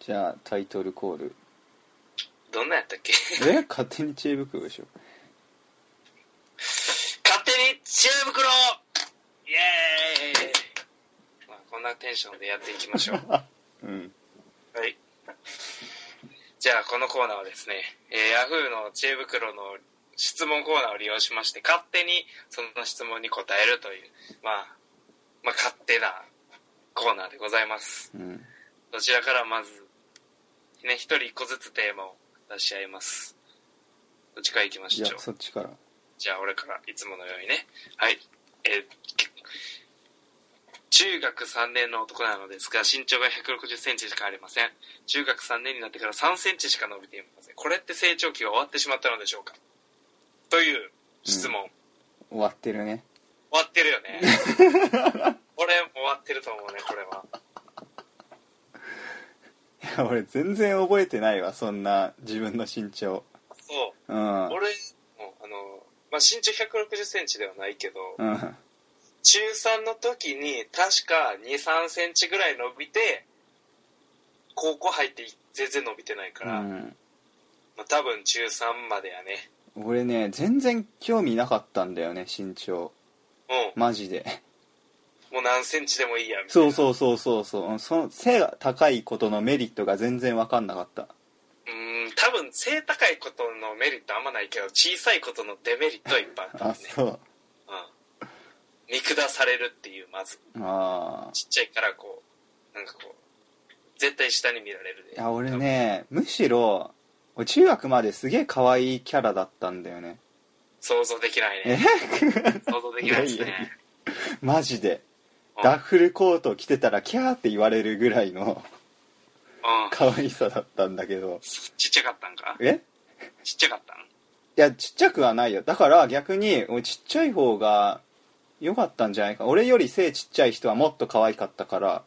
じゃあタイトルコー ルどんなんやったっけえ勝手に知恵袋でしょ勝手に知恵袋イエーイ、まあ、こんなテンションでやっていきま しょうはうんいじゃあこのコーナーはですね、えー、Yahoo の知恵袋の質問コーナーを利用しまして勝手にその質問に答えるという、まあ、まあ勝手なコーナーでございますうんどちらからまず、ね、一人一個ずつテーマを出し合います。どっちから行きましじゃょうあ。そっちからじゃあ、俺から、いつものようにね。はい。えー中学3年の男なのですが、身長が160センチしかありません。中学3年になってから3センチしか伸びていません。これって成長期が終わってしまったのでしょうかという質問。終わってるね 終わってるよね。俺、終わってると思うね、これは。いや俺全然覚えてないわそんな自分の身長そう。うんうん俺もあの、まあ、身長1 6 0ンチではないけど、うん中3の時に確か2 3センチぐらい伸びて高校入って全然伸びてないから、まあ、多分中3までやね俺ね全然興味なかったんだよね身長うん、マジで もう何センチでもいいやみたいそなうそうそうそうそううんその背が高いことのメリットが全然分かんなかったうん多分背高いことのメリットあんまないけど小さいことのデメリットはいっぱいあったあね、そううん、見下されるっていうまずああちっちゃいからこうなんかこう絶対下に見られるでいや俺ねむしろ俺中学まですげえ可愛いキャラだったんだよね想像できないえ ね。想像できないですいやいやね。マジでうんダッフルコート着てたらキャーって言われるぐらいの うん。可愛さだったんだけどちっちゃかったんかえちっちゃかったんいやちっちゃくはないよだから逆に俺ちっちゃい方が良かったんじゃないか俺より背ちっちゃい人はもっと可愛かったから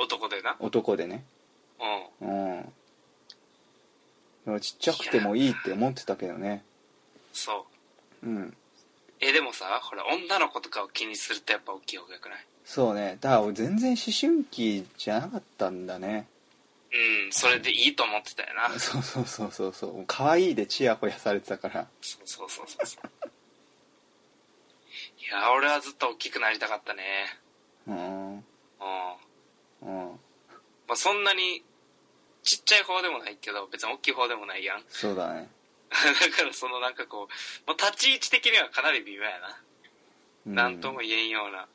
男でな。男でねうん。うんでもちっちゃくてもいいって思ってたけどねそう。うんえ、でもさ、ほら、女の子とかを気にするとやっぱ大きい方がよくないそうねだから俺全然思春期じゃなかったんだね うん、それでいいと思ってたよな。そうそうそうそうそうそう可愛いでチヤホヤされてたからそうそうそうそう。いや、俺はずっと大きくなりたかったね。うんうんうん。まあ、そんなに、ちっちゃい方でもないけど、別に大きい方でもないやん。 そうだねだからそのなんかこう、もう立ち位置的にはかなり微妙やな。うなんとも言えんような。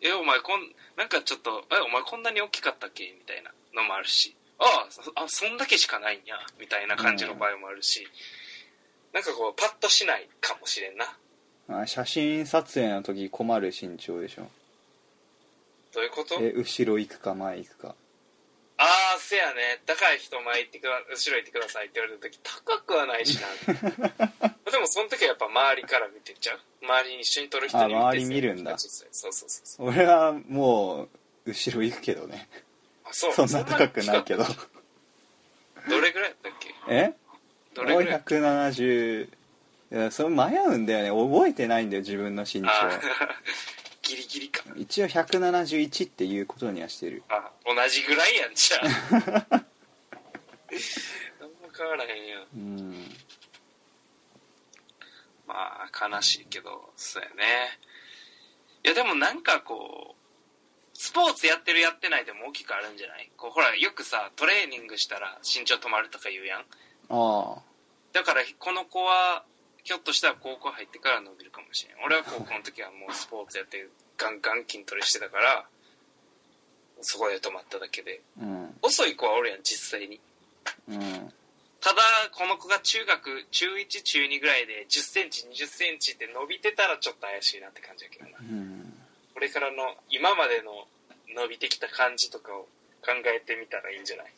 え、お前こん、なんかちょっと、え、お前こんなに大きかったっけみたいなのもあるし、ああそあ、そんだけしかないんや、みたいな感じの場合もあるし、なんかこう、パッとしないかもしれんな。あ写真撮影の時困る身長でしょどういうことえ後ろ行くか前行くかああ、せやね。高い人前行ってくだ、後ろ行ってくださいって言われた時、高くはないしな。 でもその時はやっぱ周りから見てっちゃう周りに一緒に撮る人にあ周り見るんだそうそうそうそう。俺はもう後ろ行くけどねあ、そう。そんな高くないけどどれぐらいだったっけえどれ俺ぐらい170いやそれ迷うんだよね覚えてないんだよ自分の身長あー ギリギリか一応171っていうことにはしてるあ同じぐらいやんじゃあ何も変わらへんやんうんまあ悲しいけどそうやねいやでもなんかこうスポーツやってるやってないでも大きくあるんじゃないこうほらよくさトレーニングしたら身長止まるとか言うやんああだからこの子はひょっとしたら高校入ってから伸びるかもしれん俺は高校の時はもうスポーツやってガンガン筋トレしてたからそこで止まっただけでうん遅い子はおるやん実際にうんただこの子が中学中1中2ぐらいで1 0センチ2 0センチって伸びてたらちょっと怪しいなって感じやけどなうんこれからの今までの伸びてきた感じとかを考えてみたらいいんじゃない